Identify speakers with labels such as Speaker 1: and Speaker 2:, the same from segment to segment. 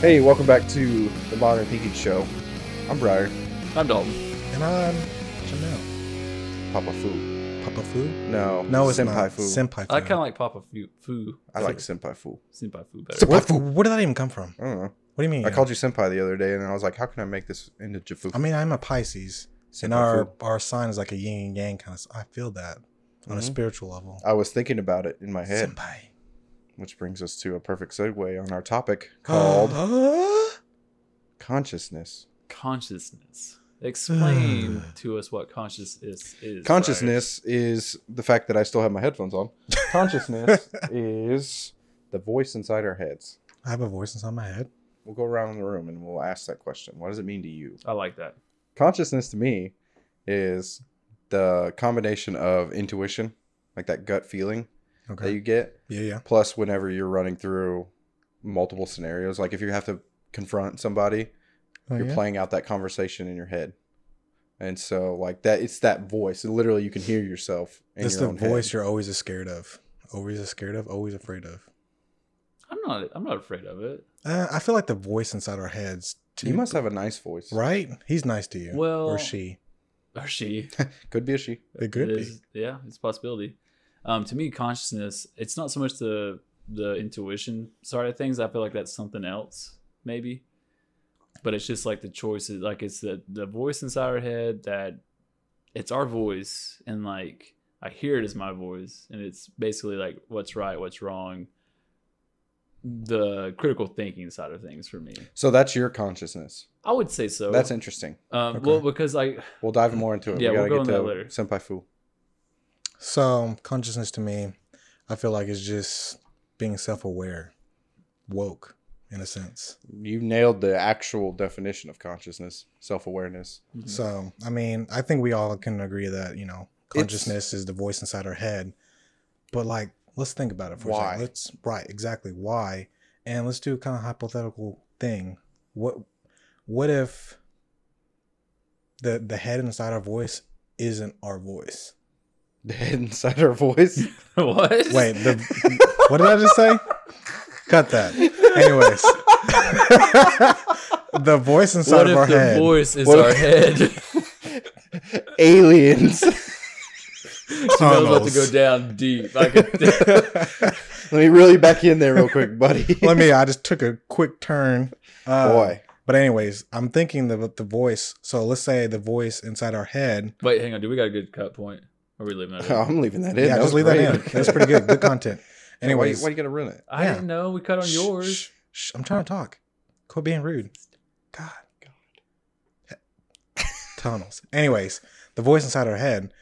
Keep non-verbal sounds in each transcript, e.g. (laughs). Speaker 1: Hey, welcome back to the Modern Thinking Show. I'm Briar,
Speaker 2: I'm Dalton.
Speaker 3: And I'm Jamel.
Speaker 1: Papa Fu.
Speaker 3: Papa Fu?
Speaker 1: No,
Speaker 3: No, it's
Speaker 1: Senpai
Speaker 3: not.
Speaker 1: Fu.
Speaker 3: Senpai Fu.
Speaker 2: I kind of like Papa Fu, Fu
Speaker 1: I like Senpai Fu.
Speaker 2: Senpai Fu better.
Speaker 1: So-
Speaker 3: What? Where did that even come from?
Speaker 1: I don't know.
Speaker 3: What do you mean?
Speaker 1: I called you Senpai the other day, and I was like, "How can I make this into Jafu?"
Speaker 3: I mean, I'm a Pisces,
Speaker 1: Senpai
Speaker 3: and our
Speaker 1: Fu.
Speaker 3: our sign is like a yin and yang kind of. I feel that on a
Speaker 1: Mhm.
Speaker 3: spiritual level.
Speaker 1: I was thinking about it in my head,
Speaker 3: Senpai.
Speaker 1: which brings us to a perfect segue on our topic
Speaker 3: (sighs)
Speaker 1: called consciousness.
Speaker 2: Consciousness.
Speaker 1: (sighs)
Speaker 2: Explain to us what consciousness is.
Speaker 1: Consciousness is the fact that I still have my headphones
Speaker 3: (laughs)
Speaker 1: on. Consciousness is the voice inside our heads.
Speaker 3: I have a voice inside my head.
Speaker 1: We'll go around the room and we'll ask that question. What does it mean to you?
Speaker 2: Briar. I like that.
Speaker 1: consciousness to me is the combination of intuition like that gut feeling that
Speaker 3: Okay.
Speaker 1: you get
Speaker 3: Yeah, yeah.
Speaker 1: plus whenever you're running through multiple scenarios like if you have to confront somebody
Speaker 3: Oh,
Speaker 1: you're
Speaker 3: yeah?
Speaker 1: playing out that conversation in your head and so like that it's that voice and literally you can hear yourself in
Speaker 3: It's
Speaker 1: your
Speaker 3: the
Speaker 1: own
Speaker 3: voice
Speaker 1: head.
Speaker 3: you're always as scared of. Always as scared of. Always afraid of.
Speaker 2: I'm not. I'm not afraid of it.
Speaker 3: Uh, I feel like the voice inside our heads.
Speaker 1: you must have a nice voice
Speaker 3: Right? He's nice to you.
Speaker 2: Well-
Speaker 3: or she.
Speaker 2: Or she.
Speaker 1: could be a she
Speaker 3: It could
Speaker 2: It
Speaker 3: be.
Speaker 2: is- Yeah, it's a possibility. Um, to me, consciousness. It's not so much the the intuition side of things. I feel like that's something else, maybe. But it's just like the choices. Like it's the the voice inside our head that it's our voice, and like I hear it as my voice, and it's basically like what's right, what's wrong. The critical thinking side of things for me,
Speaker 1: so that's your consciousness
Speaker 2: I would say so.
Speaker 1: that's interesting
Speaker 2: um,
Speaker 3: okay.
Speaker 2: well because like
Speaker 1: we'll dive more into it
Speaker 2: Yeah, we'll go into that
Speaker 1: to
Speaker 2: later.
Speaker 1: senpai fu
Speaker 3: So um, consciousness to me, I feel like it's just being self-aware, woke in a sense.
Speaker 1: you nailed the actual definition of consciousness self-awareness
Speaker 2: Mhm.
Speaker 3: So I mean, I think we all can agree that you know consciousness is the voice inside our head, but like let's think about it for a
Speaker 1: Why?
Speaker 3: second. Let's right exactly why, and let's do a kind of hypothetical thing. What what if the the head inside our voice isn't our voice?
Speaker 1: the head inside our voice.
Speaker 2: (laughs)
Speaker 1: (laughs)
Speaker 2: what?
Speaker 3: Wait, the, (laughs) what did I just say? Cut that. Anyways, the voice inside
Speaker 2: what
Speaker 3: of
Speaker 2: if
Speaker 3: our
Speaker 2: the
Speaker 3: head. (laughs)
Speaker 2: voice is
Speaker 1: What
Speaker 2: our
Speaker 1: if-
Speaker 2: head?
Speaker 1: Aliens.
Speaker 2: Tunnels. about to
Speaker 3: Tunnels.
Speaker 2: go down deep. I
Speaker 1: (laughs)
Speaker 2: could
Speaker 1: Let me really back in there real quick,
Speaker 3: (laughs)
Speaker 1: buddy.
Speaker 3: Let me. I just took a quick turn. Uh,
Speaker 1: Boy,
Speaker 3: But anyways, I'm thinking about the voice. So let's say the voice inside our head.
Speaker 2: Wait, hang on. Do we got a good cut point? Are we leaving that? in?
Speaker 1: I'm leaving that in.
Speaker 3: Yeah,
Speaker 1: That was
Speaker 3: just leave that in.
Speaker 1: great.
Speaker 3: That's pretty good. Good
Speaker 1: (laughs)
Speaker 3: content.
Speaker 1: Why you-
Speaker 3: Anyways,
Speaker 1: why, you gotta ruin it?
Speaker 2: I
Speaker 3: yeah.
Speaker 2: didn't know we cut on
Speaker 3: Shh,
Speaker 2: yours.
Speaker 3: shh, shh. I'm trying to talk. Quit being rude. God. Tunnels. Anyways, the voice inside our head.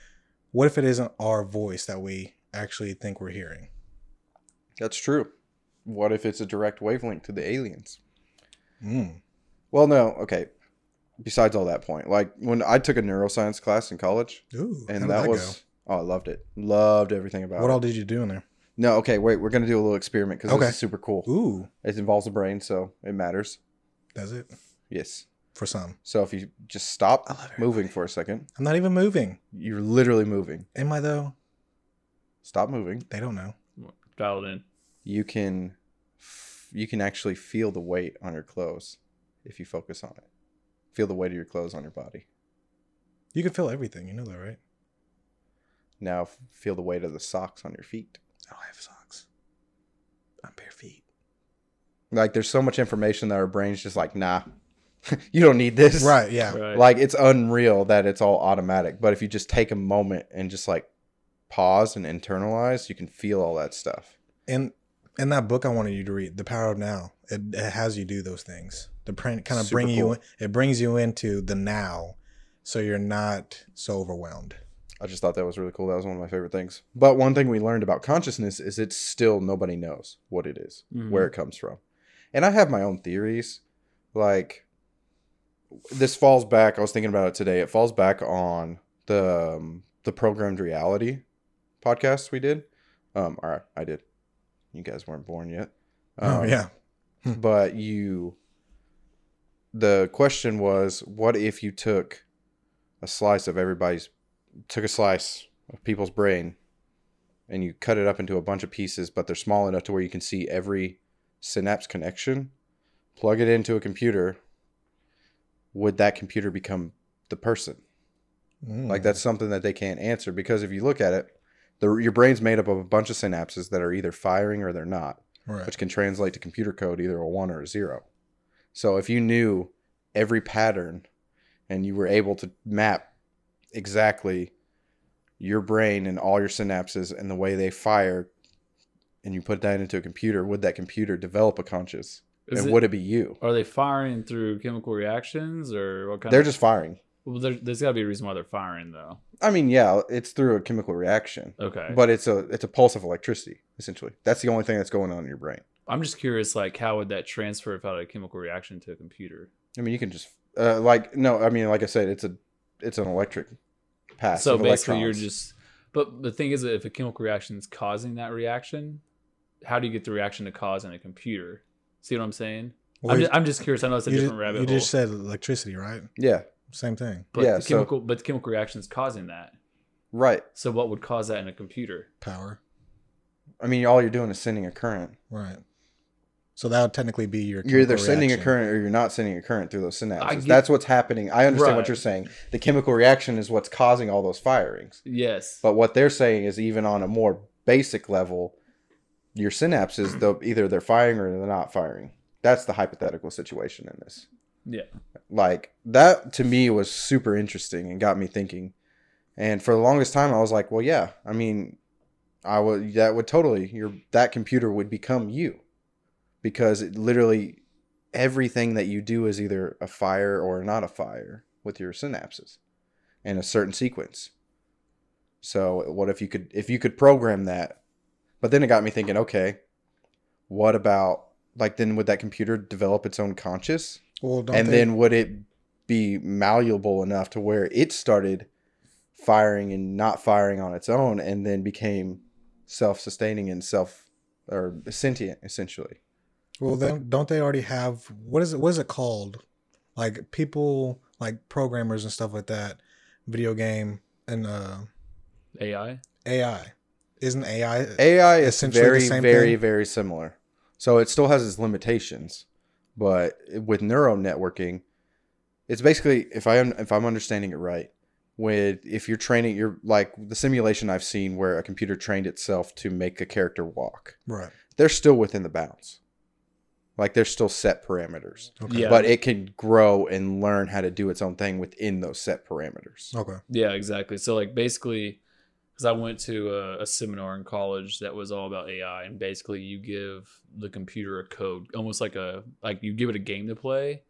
Speaker 3: What if it isn't our voice that we actually think we're hearing?
Speaker 1: That's true. What if it's a direct wavelength to the aliens?
Speaker 3: Mm.
Speaker 1: Well, no. Okay. Besides all that point, like when I took a neuroscience class in college,
Speaker 3: Ooh. how
Speaker 1: and
Speaker 3: did
Speaker 1: that was uh, oh, I loved it. Loved everything
Speaker 3: go?
Speaker 1: about
Speaker 3: What
Speaker 1: it.
Speaker 3: all did you do in there?
Speaker 1: no, okay, wait. We're gonna do a little experiment because
Speaker 3: Okay.
Speaker 1: this is super cool.
Speaker 3: Ooh.
Speaker 1: It involves the brain, so it matters.
Speaker 3: That's it
Speaker 1: Yes.
Speaker 3: for some.
Speaker 1: So if you just stop
Speaker 3: I love
Speaker 1: moving for a second,
Speaker 3: I'm not even moving.
Speaker 1: you're literally moving.
Speaker 3: Am I though?
Speaker 1: Stop moving.
Speaker 3: They don't know.
Speaker 2: Dialed in.
Speaker 1: You can, f- you can actually feel the weight on your clothes if you focus on it. Feel the weight of your clothes on your body.
Speaker 3: You can feel everything. You know that, right?
Speaker 1: Now f- feel the weight of the socks on your feet.
Speaker 3: I don't have socks. I'm
Speaker 1: (laughs)
Speaker 3: bare feet.
Speaker 1: Like there's so much information that our brains just like, nah, (laughs) you don't need this.
Speaker 3: Right. Yeah.
Speaker 2: Right.
Speaker 1: Like it's unreal that it's all automatic. But if you just take a moment and just like pause and internalize, you can feel all that stuff.
Speaker 3: And in that book I wanted you to read, The Power of Now, it, it has you do those things. The print kind of
Speaker 1: Super
Speaker 3: bring
Speaker 1: cool.
Speaker 3: you in, it brings you into the now so you're not so overwhelmed.
Speaker 1: I just thought that was really cool. That was one of my favorite things. But one thing we learned about consciousness is it's still nobody knows what it is,
Speaker 3: Mm-hmm.
Speaker 2: Mhm.
Speaker 1: where it comes from. And I have my own theories. Like this falls back, I was thinking about it today. It falls back on the um, the programmed reality podcast we did. Um all right, I did. You guys weren't born yet. (laughs)
Speaker 3: oh
Speaker 1: Um,
Speaker 3: yeah.
Speaker 1: but you the question was what if you took a slice of everybody's took a slice of people's brain and you cut it up into a bunch of pieces but they're small enough to where you can see every synapse connection plug it into a computer, would that computer become the person?
Speaker 3: Mm.
Speaker 1: Like that's something that they can't answer because if you look at it, the, your brain's made up of a bunch of synapses that are either firing or they're not,
Speaker 3: Right.
Speaker 1: which can translate to computer code either a one or a zero. So if you knew every pattern and you were able to map exactly your brain and all your synapses and the way they fire, and you put that into a computer, would that computer develop a conscious?
Speaker 2: Is
Speaker 1: and
Speaker 2: it-
Speaker 1: would it be you?
Speaker 2: are they firing through chemical reactions or what kind?
Speaker 1: They're
Speaker 2: of,
Speaker 1: just firing.
Speaker 2: Well, there, there's got to be a reason why they're firing though.
Speaker 1: I mean, yeah, it's through a chemical reaction.
Speaker 2: Okay,
Speaker 1: but it's a it's a pulse of electricity essentially that's the only thing that's going on in your brain
Speaker 2: I'm just curious, like how would that transfer if out of a chemical reaction to a computer?
Speaker 1: i mean you can just uh, like no i mean like i said it's a it's an electric path
Speaker 2: so
Speaker 1: of
Speaker 2: basically, you're
Speaker 1: electrons.
Speaker 2: just. But the thing is, that if a chemical reaction is causing that reaction, how do you get the reaction to cause in a computer? See what I'm saying?
Speaker 3: Well,
Speaker 2: I'm,
Speaker 3: you-
Speaker 2: just, I'm just curious. I know it's a
Speaker 3: you
Speaker 2: different
Speaker 3: ju-
Speaker 2: rabbit
Speaker 3: You
Speaker 2: hole,
Speaker 3: just said electricity, right?
Speaker 1: yeah
Speaker 3: Same thing.
Speaker 2: but
Speaker 1: yeah,
Speaker 2: the
Speaker 1: so-
Speaker 2: chemical, but the chemical reaction is causing that.
Speaker 1: right
Speaker 2: So what would cause that in a computer?
Speaker 3: Power.
Speaker 1: i mean all you're doing is sending a current
Speaker 3: Right. So that would technically be your.
Speaker 1: you're either
Speaker 3: chemical
Speaker 1: sending a
Speaker 3: reaction.
Speaker 1: current or you're not sending a current through those synapses
Speaker 2: get-
Speaker 1: that's what's happening i understand
Speaker 2: Right.
Speaker 1: what you're saying the chemical reaction is what's causing all those firings
Speaker 2: Yes.
Speaker 1: but what they're saying is even on a more basic level your synapses though either they're firing or they're not firing that's the hypothetical situation in this
Speaker 2: yeah.
Speaker 1: like that to me was super interesting and got me thinking and for the longest time i was like well yeah i mean i would that would totally your that computer would become you because it literally everything that you do is either a fire or not a fire with your synapses in a certain sequence so what if you could if you could program that but then it got me thinking okay what about like then would that computer develop its own conscious
Speaker 3: Well, don't
Speaker 1: and
Speaker 3: they-
Speaker 1: then would it be malleable enough to where it started firing and not firing on its own and then became self-sustaining and self or sentient essentially
Speaker 3: Well, then don't they already have what is it? What is it called? Like people, like programmers and stuff like that, video game and uh,
Speaker 2: AI.
Speaker 3: AI. Isn't AI?
Speaker 1: ai is
Speaker 3: Essentially the
Speaker 1: very
Speaker 3: same
Speaker 1: very
Speaker 3: thing?
Speaker 1: very similar so it still has its limitations but with neural networking it's basically if i am if i'm understanding it right with if you're training you're like the simulation i've seen where a computer trained itself to make a character walk
Speaker 3: right.
Speaker 1: they're still within the bounds. Like there's still set parameters,
Speaker 3: Okay.
Speaker 2: Yeah.
Speaker 1: but it can grow and learn how to do its own thing within those set parameters.
Speaker 3: Okay.
Speaker 2: Yeah, exactly. So like basically, because I went to a, a seminar in college that was all about AI, and basically you give the computer a code, almost like a like you give it a game to play,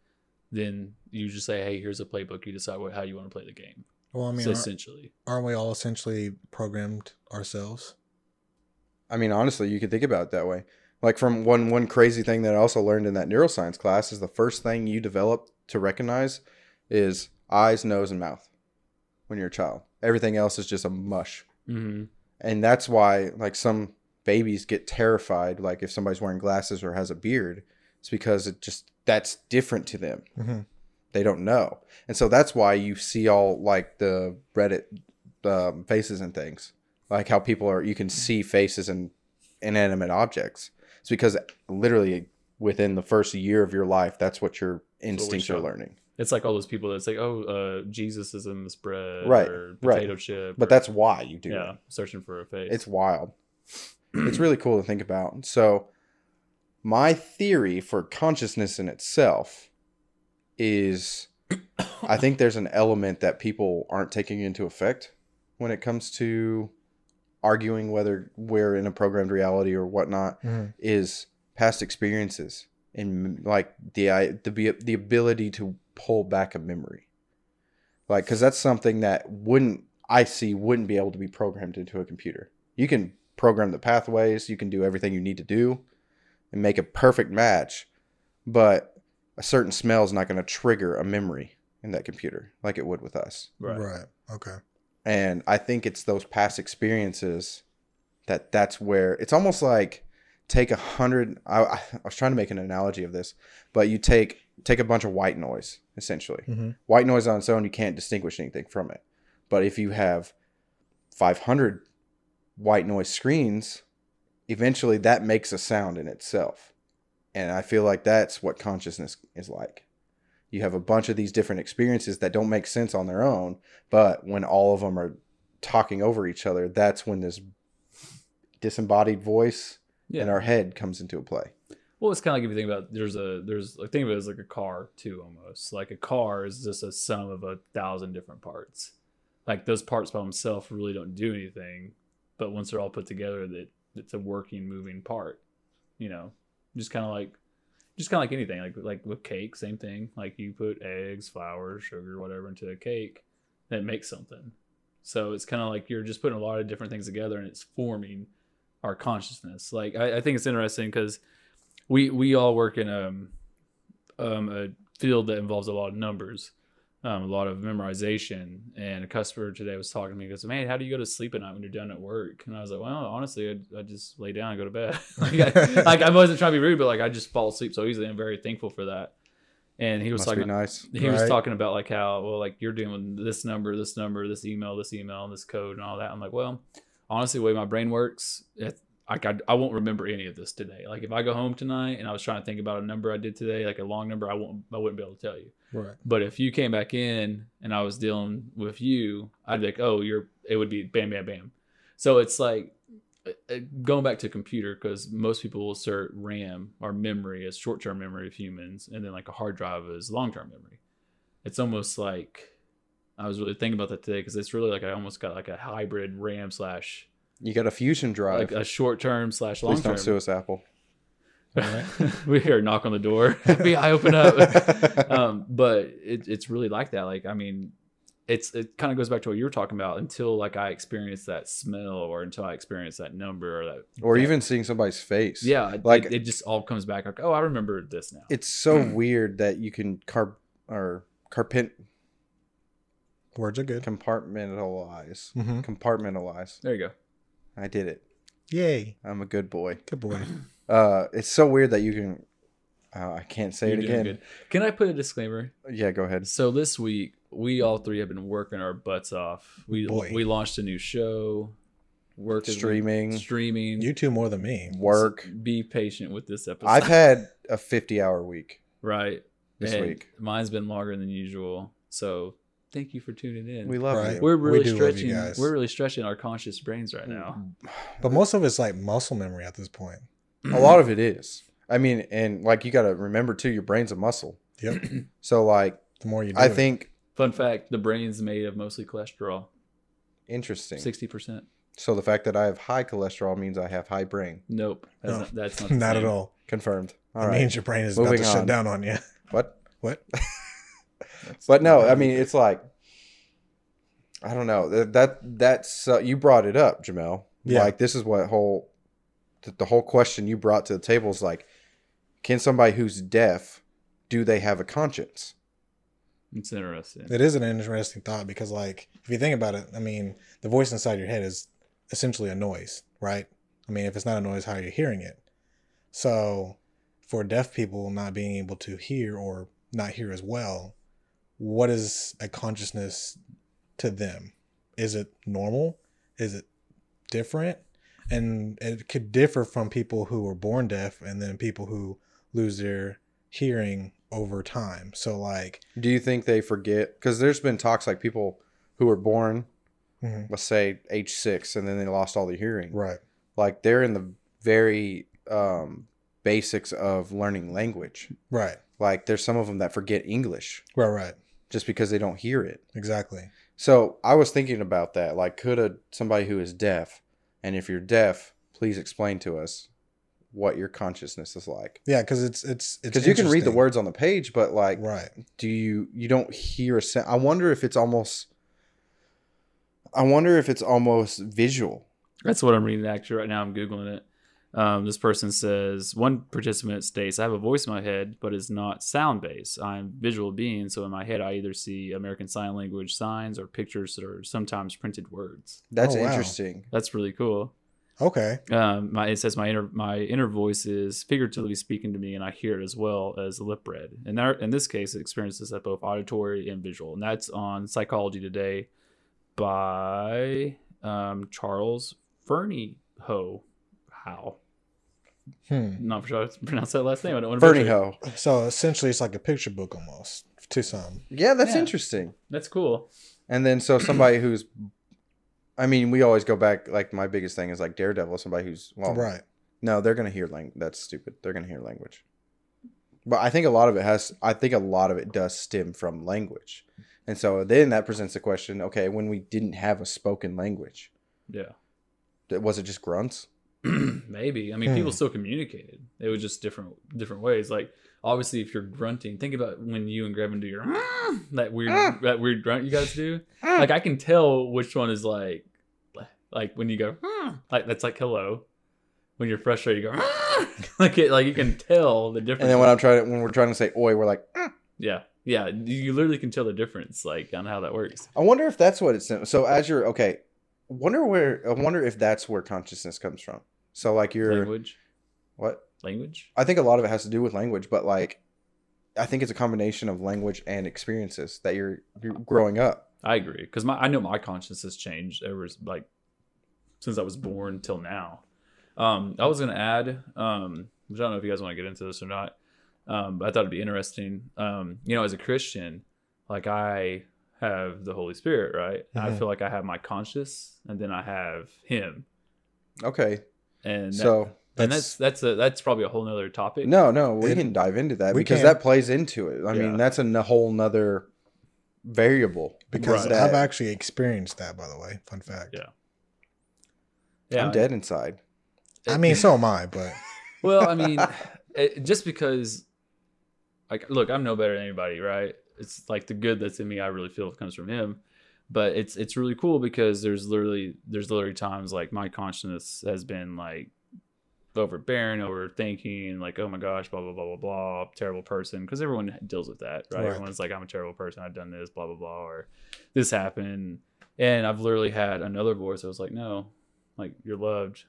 Speaker 2: then you just say, hey, here's a playbook. You decide what how you want to play the game.
Speaker 3: Well, I mean,
Speaker 2: so
Speaker 3: aren't,
Speaker 2: essentially,
Speaker 3: aren't we all essentially programmed ourselves?
Speaker 1: I mean, honestly, you could think about it that way. Like from one one crazy thing that I also learned in that neuroscience class is the first thing you develop to recognize is eyes, nose, and mouth when you're a child. Everything else is just a mush.
Speaker 2: mm-hmm.
Speaker 1: and that's why like some babies get terrified like if somebody's wearing glasses or has a beard it's because it just that's different to them
Speaker 3: Mhm.
Speaker 1: they don't know and so that's why you see all like the reddit um, faces and things like how people are you can see faces and inanimate objects it's because literally within the first year of your life that's what your instincts are
Speaker 2: show.
Speaker 1: learning
Speaker 2: it's like all those people that say, oh, uh, Jesus is in this bread,
Speaker 1: Right,
Speaker 2: Or
Speaker 1: right.
Speaker 2: potato chip,
Speaker 1: but
Speaker 2: or-
Speaker 1: that's why you do it.
Speaker 2: yeah, searching for a face. (coughs)
Speaker 1: It's wild. It's really cool to think about. So, my theory for consciousness in itself is I think there's an element that people aren't taking into effect when it comes to arguing whether we're in a programmed reality or whatnot
Speaker 3: Mhm.
Speaker 1: is past experiences and like the I the be- the ability to pull back a memory, like because that's something that wouldn't I see wouldn't be able to be programmed into a computer. You can program the pathways, you can do everything you need to do, and make a perfect match, but a certain smell is not going to trigger a memory in that computer like it would with us.
Speaker 2: right.
Speaker 3: right. Okay.
Speaker 1: And I think it's those past experiences that that's where it's almost like take a hundred. I, I I was trying to make an analogy of this, but you take take a bunch of white noise essentially.
Speaker 3: Mhm.
Speaker 1: White noise on its own, you can't distinguish anything from it. But if you have 500 white noise screens, eventually that makes a sound in itself. And I feel like that's what consciousness is like. You have a bunch of these different experiences that don't make sense on their own, but when all of them are talking over each other, that's when this disembodied voice
Speaker 2: Yeah.
Speaker 1: in our head comes into play.
Speaker 2: Well, it's kind of like if you think about there's a there's like think of it as like a car too almost like a car is just a sum of a thousand different parts. Like those parts by themselves really don't do anything, but once they're all put together, that it's a working moving part. You know, just kind of like just kind of like anything like like with cake, same thing. Like you put eggs, flour, sugar, whatever into a cake, that makes something. So it's kind of like you're just putting a lot of different things together, and it's forming our consciousness. Like I, I think it's interesting because we we all work in a um, a field that involves a lot of numbers, um, a lot of memorization. And a customer today was talking to me. He goes, "Man, how do you go to sleep at night when you're done at work?" And I was like, "Well, honestly, I, I just lay down and go to bed. (laughs)
Speaker 1: (laughs)
Speaker 2: like, I, like I wasn't trying to be rude, but like I just fall asleep so easily. I'm very thankful for that." And he was
Speaker 1: Must
Speaker 2: talking
Speaker 1: be nice.
Speaker 2: he was
Speaker 3: Right.
Speaker 2: talking about like how well like you're doing this number this number this email this email this code and all that i'm like well honestly the way my brain works it, I, I, I won't remember any of this today like if i go home tonight and i was trying to think about a number i did today like a long number i won't i wouldn't be able to tell you
Speaker 3: Right.
Speaker 2: but if you came back in and I was dealing with you, I'd be like, oh, you're, it would be bam, bam, bam. So it's like uh, uh, going back to computer because most people will assert RAM or memory as short term memory of humans, and then like a hard drive is long term memory. It's almost like I was really thinking about that today because it's really like I almost got like a hybrid RAM slash
Speaker 1: You got a fusion drive.
Speaker 2: like a short term slash long
Speaker 1: Please
Speaker 2: term.
Speaker 1: don't sue us, Apple.
Speaker 2: (laughs) we hear a knock on the door. (laughs) We- I
Speaker 1: (laughs)
Speaker 2: open up. um, but it, it's really like that. Like, I mean, it's it kind of goes back to what you were talking about. Until like I experience that smell, or until I experience that number, or that,
Speaker 1: Or
Speaker 2: that-
Speaker 1: even seeing somebody's face.
Speaker 2: yeah, like
Speaker 1: like-
Speaker 2: it, it just all comes back. Like, oh, I remember this now.
Speaker 1: It's so
Speaker 2: Mm.
Speaker 1: weird that you can carp or carpent
Speaker 3: Words are good.
Speaker 1: compartmentalize.
Speaker 3: Mm-hmm.
Speaker 1: Compartmentalize.
Speaker 2: there you go.
Speaker 1: I did it.
Speaker 3: Yay.
Speaker 1: I'm a good boy.
Speaker 3: Good boy.
Speaker 1: Uh, it's so weird that you can. Uh, I can't say
Speaker 2: (laughs) You're
Speaker 1: it
Speaker 2: doing
Speaker 1: again.
Speaker 2: good. Can I put a disclaimer?
Speaker 1: Yeah, go ahead.
Speaker 2: So this week, we all three have been working our butts off. We
Speaker 3: Boy.
Speaker 2: we launched a new show, worked
Speaker 1: Streaming,
Speaker 2: streaming.
Speaker 3: You two more than me.
Speaker 1: work.
Speaker 2: Be patient with this episode.
Speaker 1: I've had a 50 hour week
Speaker 2: right.
Speaker 1: this
Speaker 2: And
Speaker 1: week.
Speaker 2: Mine's been longer than usual. So thank you for tuning in.
Speaker 1: We love
Speaker 3: Right.
Speaker 1: you.
Speaker 2: are
Speaker 3: We
Speaker 2: really
Speaker 3: do love you
Speaker 2: stretching
Speaker 3: guys.
Speaker 2: we're really stretching our conscious brains right now.
Speaker 3: But most of it's like muscle memory at this point.
Speaker 1: Mm. a lot of it is. I mean, and like you got to remember too, your brain's a muscle.
Speaker 3: Yep.
Speaker 1: So like,
Speaker 3: The more you do
Speaker 1: I
Speaker 3: it.
Speaker 1: think
Speaker 2: (clears throat) Fun fact, the brain's made of mostly cholesterol.
Speaker 1: interesting.
Speaker 2: Sixty percent.
Speaker 1: So the fact that I have high cholesterol means I have high brain.
Speaker 2: Nope. That's
Speaker 3: No.
Speaker 2: not,
Speaker 1: (laughs)
Speaker 2: that's
Speaker 3: (laughs)
Speaker 2: not, the
Speaker 3: not at
Speaker 2: same.
Speaker 3: all.
Speaker 1: Confirmed. All
Speaker 3: it
Speaker 1: right.
Speaker 3: means your brain is
Speaker 1: Moving
Speaker 3: about to shut
Speaker 1: on.
Speaker 3: down on you.
Speaker 1: What? (laughs)
Speaker 3: What?
Speaker 2: That's-
Speaker 1: But no, I mean, it's like I don't know. That, that that's uh, you brought it up, Jamel.
Speaker 3: Yeah.
Speaker 1: Like this is what whole th- the whole question you brought to the table is like can somebody who's deaf do they have a conscience?
Speaker 2: it's interesting.
Speaker 3: It is an interesting thought because, like, if you think about it, I mean, the voice inside your head is essentially a noise, right? I mean, if it's not a noise, how are you hearing it? So, for deaf people not being able to hear or not hear as well, what is a consciousness to them? Is it normal? Is it different? And it could differ from people who were born deaf and then people who lose their hearing over time. So, like,
Speaker 1: Do you think they forget cuz there's been talks like people who were born
Speaker 3: mhm,
Speaker 1: let's say age 6 and then they lost all their hearing.
Speaker 3: right.
Speaker 1: Like they're in the very um basics of learning language.
Speaker 3: Right.
Speaker 1: Like there's some of them that forget English
Speaker 3: Right, right.
Speaker 1: just because they don't hear it.
Speaker 3: Exactly.
Speaker 1: So I was thinking about that. Like, could a somebody who is deaf, and if you're deaf, please explain to us what your consciousness is like?
Speaker 3: Yeah, because it's it's it's
Speaker 1: Because you can read the
Speaker 3: interesting.
Speaker 1: words on the page, but like,
Speaker 3: Right.
Speaker 1: do you you don't hear a sound? I wonder if it's almost. I wonder if it's almost visual.
Speaker 2: That's what I'm reading actually right now. I'm googling it. Um, this person says one participant states, "I have a voice in my head, but it's not sound based. I'm visual being, so in my head I either see American Sign Language signs or pictures or sometimes printed words.
Speaker 1: That's
Speaker 3: Oh, wow.
Speaker 1: interesting.
Speaker 2: That's really cool."
Speaker 3: Okay.
Speaker 2: Um, my, it says my inner my inner voice is figuratively speaking to me, and I hear it as well as lip read. And there, in this case, it experiences at both auditory and visual, and that's on Psychology Today by um, Charles Fernie Ho. How?
Speaker 3: Hmm.
Speaker 2: Not for sure how to (laughs) pronounce that last name. I don't want to butcher it.
Speaker 1: Ferniho.
Speaker 3: So essentially, it's like a picture book almost to some.
Speaker 1: Yeah, that's
Speaker 2: Yeah.
Speaker 1: interesting.
Speaker 2: That's cool.
Speaker 1: And then so somebody who's, I mean, we always go back. Like my biggest thing is like Daredevil. Somebody who's well,
Speaker 3: right.
Speaker 1: No, they're gonna hear language. That's stupid. They're gonna hear language. But I think a lot of it has. I think a lot of it does stem from language, and so then that presents the question: Okay, when we didn't have a spoken language,
Speaker 2: Yeah. (clears throat)
Speaker 1: th- was it just grunts?
Speaker 2: Maybe. I mean,
Speaker 3: Hmm.
Speaker 2: people still communicated. It was just different different ways. Like obviously, if you're grunting, think about when you and Grevin do your "Mm," that weird that weird grunt you guys do. Like I can tell which one is like like when you go like that's like hello. When you're frustrated, you go (laughs) like it, like you can tell the difference.
Speaker 1: And then when I'm trying, when we're trying to say "oi," we're like, "Mm."
Speaker 2: yeah, yeah, you you literally can tell the difference like on how that works.
Speaker 1: I wonder if that's what it's. So as you're okay, wonder where. I wonder if that's where consciousness comes from. So like you're
Speaker 2: Language,
Speaker 1: what
Speaker 2: language.
Speaker 1: I think a lot of it has to do with language, but like, I think it's a combination of language and experiences that you're, you're growing up.
Speaker 2: I agree because my I know my conscience has changed ever s- like since I was born till now. Um, I was gonna add, um, which I don't know if you guys want to get into this or not, um, but I thought it'd be interesting. Um, you know, as a Christian, like I have the Holy Spirit, right? I
Speaker 3: Mhm.
Speaker 2: feel like I have my conscience, and then I have Him,
Speaker 1: Okay,
Speaker 2: and that,
Speaker 1: so
Speaker 2: and that's that's a, that's probably a whole nother topic.
Speaker 1: no, no, we
Speaker 3: it-
Speaker 1: can dive into that
Speaker 3: we
Speaker 1: because
Speaker 3: can.
Speaker 1: that plays into it. I
Speaker 2: Yeah.
Speaker 1: mean, that's a n- whole nother variable.
Speaker 3: because
Speaker 2: Right.
Speaker 3: I've
Speaker 1: that-
Speaker 3: actually experienced that. By the way, fun fact.
Speaker 2: Yeah. yeah,
Speaker 1: I'm dead inside.
Speaker 3: I mean, so am I, but (laughs)
Speaker 2: Well, I mean, it, just because, like, look, I'm no better than anybody, right? It's like the good that's in me, I really feel comes from him. But it's it's really cool because there's literally there's literally times like my consciousness has been like overbearing, overthinking, like oh my gosh, blah blah blah blah blah, terrible person. Because everyone deals with that, right?
Speaker 3: Right.
Speaker 2: Everyone's like I'm a terrible person. I've done this, blah blah blah, or this happened. And I've literally had another voice that was like, no, like you're loved,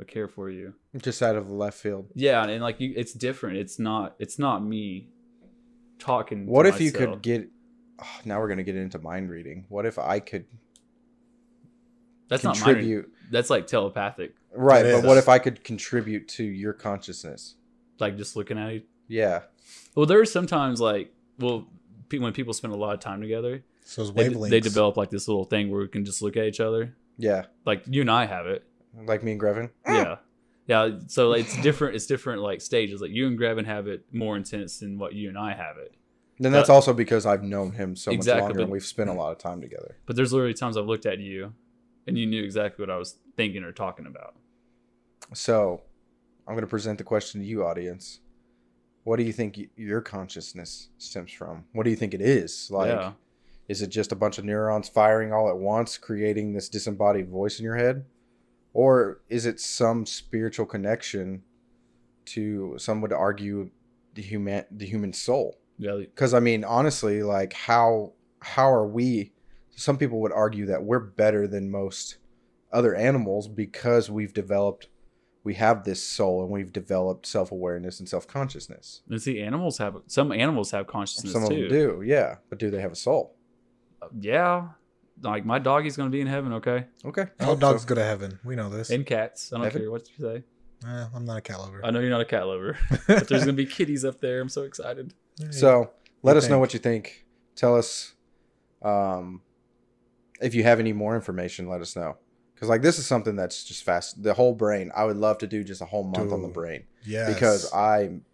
Speaker 2: I care for you
Speaker 1: Just out of the left field.
Speaker 2: yeah and like you, it's different it's not it's not me talking to
Speaker 1: What if you
Speaker 2: myself.
Speaker 1: could get? ah, now we're gonna get into mind reading. What if I could
Speaker 2: that's not mine
Speaker 1: contribute?
Speaker 2: that's like telepathic
Speaker 1: right,
Speaker 3: That
Speaker 1: but what
Speaker 3: is.
Speaker 1: if I could contribute to your consciousness?
Speaker 2: like just looking at you
Speaker 1: Yeah,
Speaker 2: well there are sometimes like well pe- when people spend a lot of time together
Speaker 3: so it's
Speaker 2: they,
Speaker 3: wavelengths.
Speaker 2: they develop like this little thing where we can just look at each other
Speaker 1: yeah,
Speaker 2: like you and i have it
Speaker 1: like me and Grevin.
Speaker 2: yeah yeah so like, it's different it's different like stages like you and Graben have it more intense than what you and i have it
Speaker 1: Then that's
Speaker 2: But-
Speaker 1: also because I've known him so much
Speaker 2: Exactly,
Speaker 1: longer and
Speaker 2: but-
Speaker 1: we've spent a lot of time together.
Speaker 2: but there's literally times i've looked at you and you knew exactly what i was thinking or talking about
Speaker 1: So I'm going to present the question to you, audience. What do you think y- your consciousness stems from? What do you think it is? Like,
Speaker 2: yeah
Speaker 1: is it just a bunch of neurons firing all at once, creating this disembodied voice in your head? Or is it some spiritual connection to, some would argue, the human, the human soul?
Speaker 2: yeah like-
Speaker 1: because i mean honestly like how how are we some people would argue that we're better than most other animals because we've developed we have this soul and we've developed self-awerenness and self-consciousness
Speaker 2: And see, animals have some animals have consciousness
Speaker 1: some of
Speaker 2: too.
Speaker 1: them do yeah but do they have a soul
Speaker 2: Yeah, like my doggie's gonna be in heaven, okay?
Speaker 1: okay I
Speaker 3: all
Speaker 1: hope
Speaker 3: Oh, dogs
Speaker 1: so.
Speaker 3: go to heaven. We know this.
Speaker 2: Oh, And cats. I don't
Speaker 1: Heaven?
Speaker 2: care what you say.
Speaker 3: Eh, I'm not a cat lover.
Speaker 2: I know you're not a cat lover, but
Speaker 3: (laughs)
Speaker 2: there's
Speaker 1: (laughs)
Speaker 2: gonna be kitties up there. I'm so excited.
Speaker 3: Hey.
Speaker 1: so let
Speaker 3: You
Speaker 1: us know
Speaker 3: think?
Speaker 1: what you think tell us um if you have any more information let us know because like this is something that's just fast the whole brain i would love to do just a whole month on the
Speaker 3: Dude.
Speaker 1: brain
Speaker 3: yes.
Speaker 1: because I'm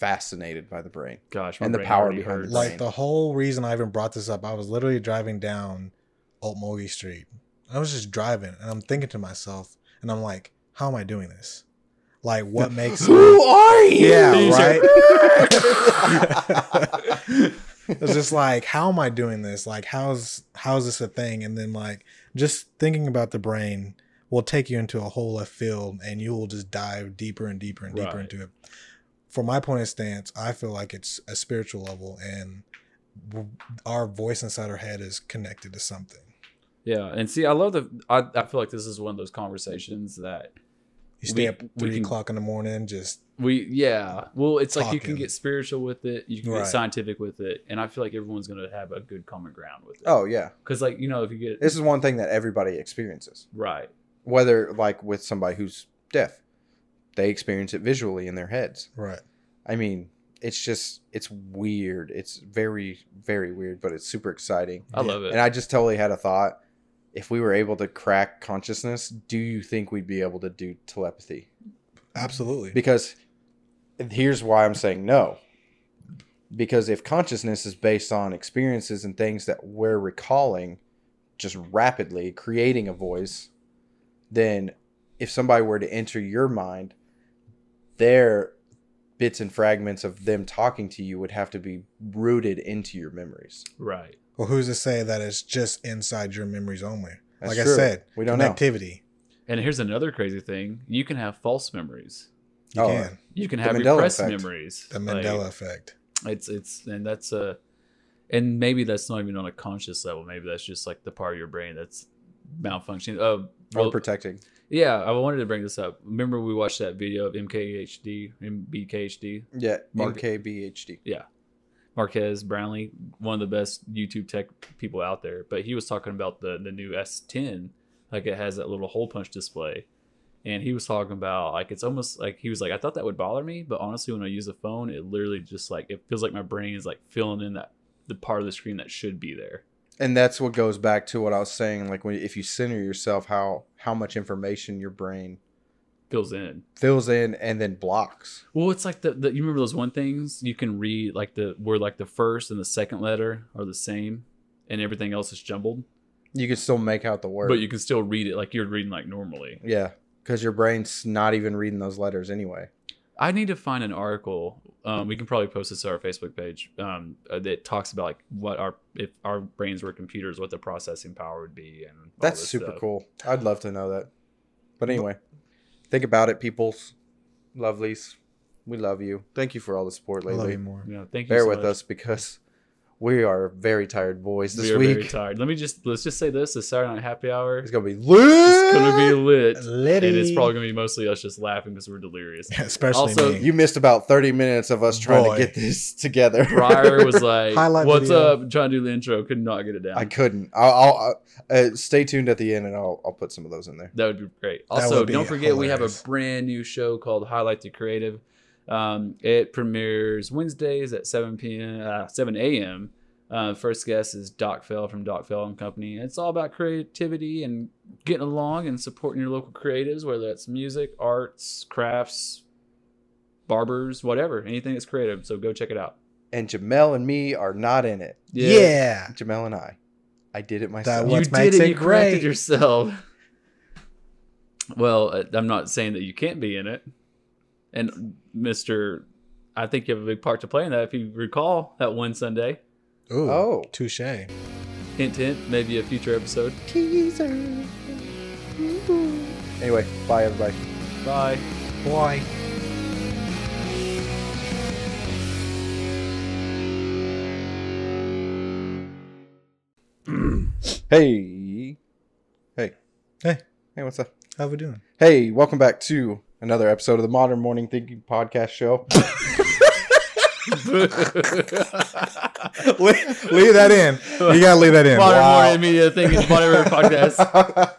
Speaker 1: fascinated by the brain.
Speaker 2: Gosh, my
Speaker 1: And the
Speaker 2: brain
Speaker 1: power
Speaker 2: already
Speaker 1: behind
Speaker 2: hurts.
Speaker 1: the brain.
Speaker 3: like the whole reason I even brought this up, I was literally driving down Old Street. I was just driving, and I'm thinking to myself, and I'm like, how am I doing this? Like, what makes me?
Speaker 1: are you?
Speaker 3: Yeah, right.
Speaker 1: right.
Speaker 3: It's just like, how am I doing this? Like, how's how's this a thing? And then like, just thinking about the brain will take you into a whole left field, and you will just dive deeper and deeper and deeper
Speaker 2: Right.
Speaker 3: into it. From my point of stance, I feel like it's a spiritual level, and w- our voice inside our head is connected to something.
Speaker 2: Yeah, and see, I love the. I, I feel like this is one of those conversations that
Speaker 3: You stay
Speaker 2: We-
Speaker 3: up
Speaker 2: we
Speaker 3: three
Speaker 2: can-
Speaker 3: o'clock in the morning, just
Speaker 2: we. Yeah, well, it's like you can
Speaker 3: Talking.
Speaker 2: get spiritual with it, you can
Speaker 3: Right.
Speaker 2: get scientific with it, and I feel like everyone's gonna have a good common ground with it.
Speaker 1: (laughs) oh yeah,
Speaker 2: because like you know, if you get
Speaker 1: this is one thing that everybody experiences,
Speaker 2: right,
Speaker 1: whether like with somebody who's deaf, they experience it visually in their heads.
Speaker 3: Right.
Speaker 1: I mean, it's just it's weird. It's very very weird, but it's super exciting.
Speaker 2: I love it.
Speaker 1: And I just totally had a thought. If we were able to crack consciousness, do you think we'd be able to do telepathy?
Speaker 3: Absolutely.
Speaker 1: Because here's why I'm saying no. Because if consciousness is based on experiences and things that we're recalling just rapidly, creating a voice, then if somebody were to enter your mind, their bits and fragments of them talking to you would have to be rooted into your memories.
Speaker 2: right.
Speaker 3: well, who's to say that it's just inside your memories only?
Speaker 1: That's
Speaker 3: like
Speaker 1: true.
Speaker 3: I said,
Speaker 1: we don't know.
Speaker 3: connectivity.
Speaker 2: And here's another crazy thing: you can have false memories.
Speaker 3: You
Speaker 1: Oh,
Speaker 3: can.
Speaker 2: You can
Speaker 1: The
Speaker 2: have
Speaker 1: Mandela
Speaker 2: repressed
Speaker 1: effect.
Speaker 2: memories.
Speaker 3: The
Speaker 2: Like,
Speaker 3: Mandela effect.
Speaker 2: it's it's and that's a, and maybe that's not even on a conscious level. Maybe that's just like the part of your brain that's malfunctioning. Uh,
Speaker 1: Or
Speaker 2: well,
Speaker 1: protecting.
Speaker 2: yeah, I wanted to bring this up. Remember we watched that video of MKHD, MBKHD,
Speaker 1: Yeah.
Speaker 2: Mark-
Speaker 1: MKBHD.
Speaker 2: Marquez Brownlee, one of the best YouTube tech people out there. But he was talking about the the new S10, like it has that little hole punch display, and he was talking about like it's almost like he was like I thought that would bother me, but honestly, when I use a phone, it literally just like it feels like my brain is like filling in that the part of the screen that should be there.
Speaker 1: and that's what goes back to what I was saying. Like when if you center yourself, how how much information your brain
Speaker 2: Fills in.
Speaker 1: fills in and then blocks.
Speaker 2: Well, it's like the, the you remember those one things you can read like the where like the first and the second letter are the same, and everything else is jumbled,
Speaker 1: You can still make out the word,
Speaker 2: but you can still read it like you're reading like normally.
Speaker 1: yeah, because your brain's not even reading those letters anyway.
Speaker 2: I need to find an article. Um, we can probably post this to our Facebook page um, uh, that talks about like what our if our brains were computers, what the processing power would be, and all
Speaker 1: That's
Speaker 2: this
Speaker 1: super
Speaker 2: stuff.
Speaker 1: cool. I'd love to know that. But anyway, think about it, peoples, lovelies. We love you. Thank you for all the support
Speaker 3: I love you
Speaker 1: lately.
Speaker 3: more.
Speaker 2: Yeah, thank you.
Speaker 1: Bear
Speaker 2: so
Speaker 1: with
Speaker 2: much.
Speaker 1: us because we are very tired boys this
Speaker 2: we are very
Speaker 1: week.
Speaker 2: tired. Let me just let's just say this: the Saturday night happy hour
Speaker 1: It's
Speaker 2: is
Speaker 1: gonna be lit.
Speaker 2: going to be lit, and it's
Speaker 3: Liddy.
Speaker 2: probably going to be mostly us just laughing because we're delirious.
Speaker 3: (laughs) Especially
Speaker 2: Also,
Speaker 3: me.
Speaker 1: You missed about 30 minutes of us trying
Speaker 3: Boy.
Speaker 1: to get this (laughs) together. (laughs)
Speaker 2: Briar was like,
Speaker 3: Highlight
Speaker 2: "What's
Speaker 3: video.
Speaker 2: up?" Trying to do the intro, could not get it down.
Speaker 1: I couldn't. I'll, I'll uh, stay tuned at the end and I'll, I'll put some of those in there.
Speaker 2: That would be great.
Speaker 3: That
Speaker 2: Also,
Speaker 3: would be
Speaker 2: don't forget we have
Speaker 3: hilarious.
Speaker 2: a brand new show called Highlight the Creative. Um, it premieres Wednesdays at 7 p.m. Uh, 7 a.m. Uh, first guest is Doc Fell from Doc Fell and Company. It's all about creativity and getting along and supporting your local creatives, whether that's music, arts, crafts, barbers, whatever, anything that's creative. So go check it out.
Speaker 1: And Jamel and me are not in it.
Speaker 3: Yeah.
Speaker 1: Jamel and I. I did it myself.
Speaker 2: you
Speaker 3: What
Speaker 2: did
Speaker 3: makes
Speaker 2: it.
Speaker 3: it
Speaker 2: You corrected
Speaker 3: great?
Speaker 2: yourself. Well, uh, I'm not saying that you can't be in it. And Mister, I think you have a big part to play in that. If you recall that one Sunday,
Speaker 3: Ooh.
Speaker 1: Oh.
Speaker 3: Touche.
Speaker 2: hint, hint, maybe a future episode. (laughs)
Speaker 1: Teaser. Anyway, bye everybody.
Speaker 2: Bye.
Speaker 3: Boy.
Speaker 1: (clears throat) Hey. Hey.
Speaker 3: Hey.
Speaker 1: Hey, what's up?
Speaker 3: How we doing?
Speaker 1: Hey, welcome back to another episode of the Modern Morning Thinking Podcast Show.
Speaker 3: leave, leave that in. You gotta leave that in.
Speaker 2: Modern
Speaker 1: Wow.
Speaker 2: Morning Media Thinking Whatever podcast.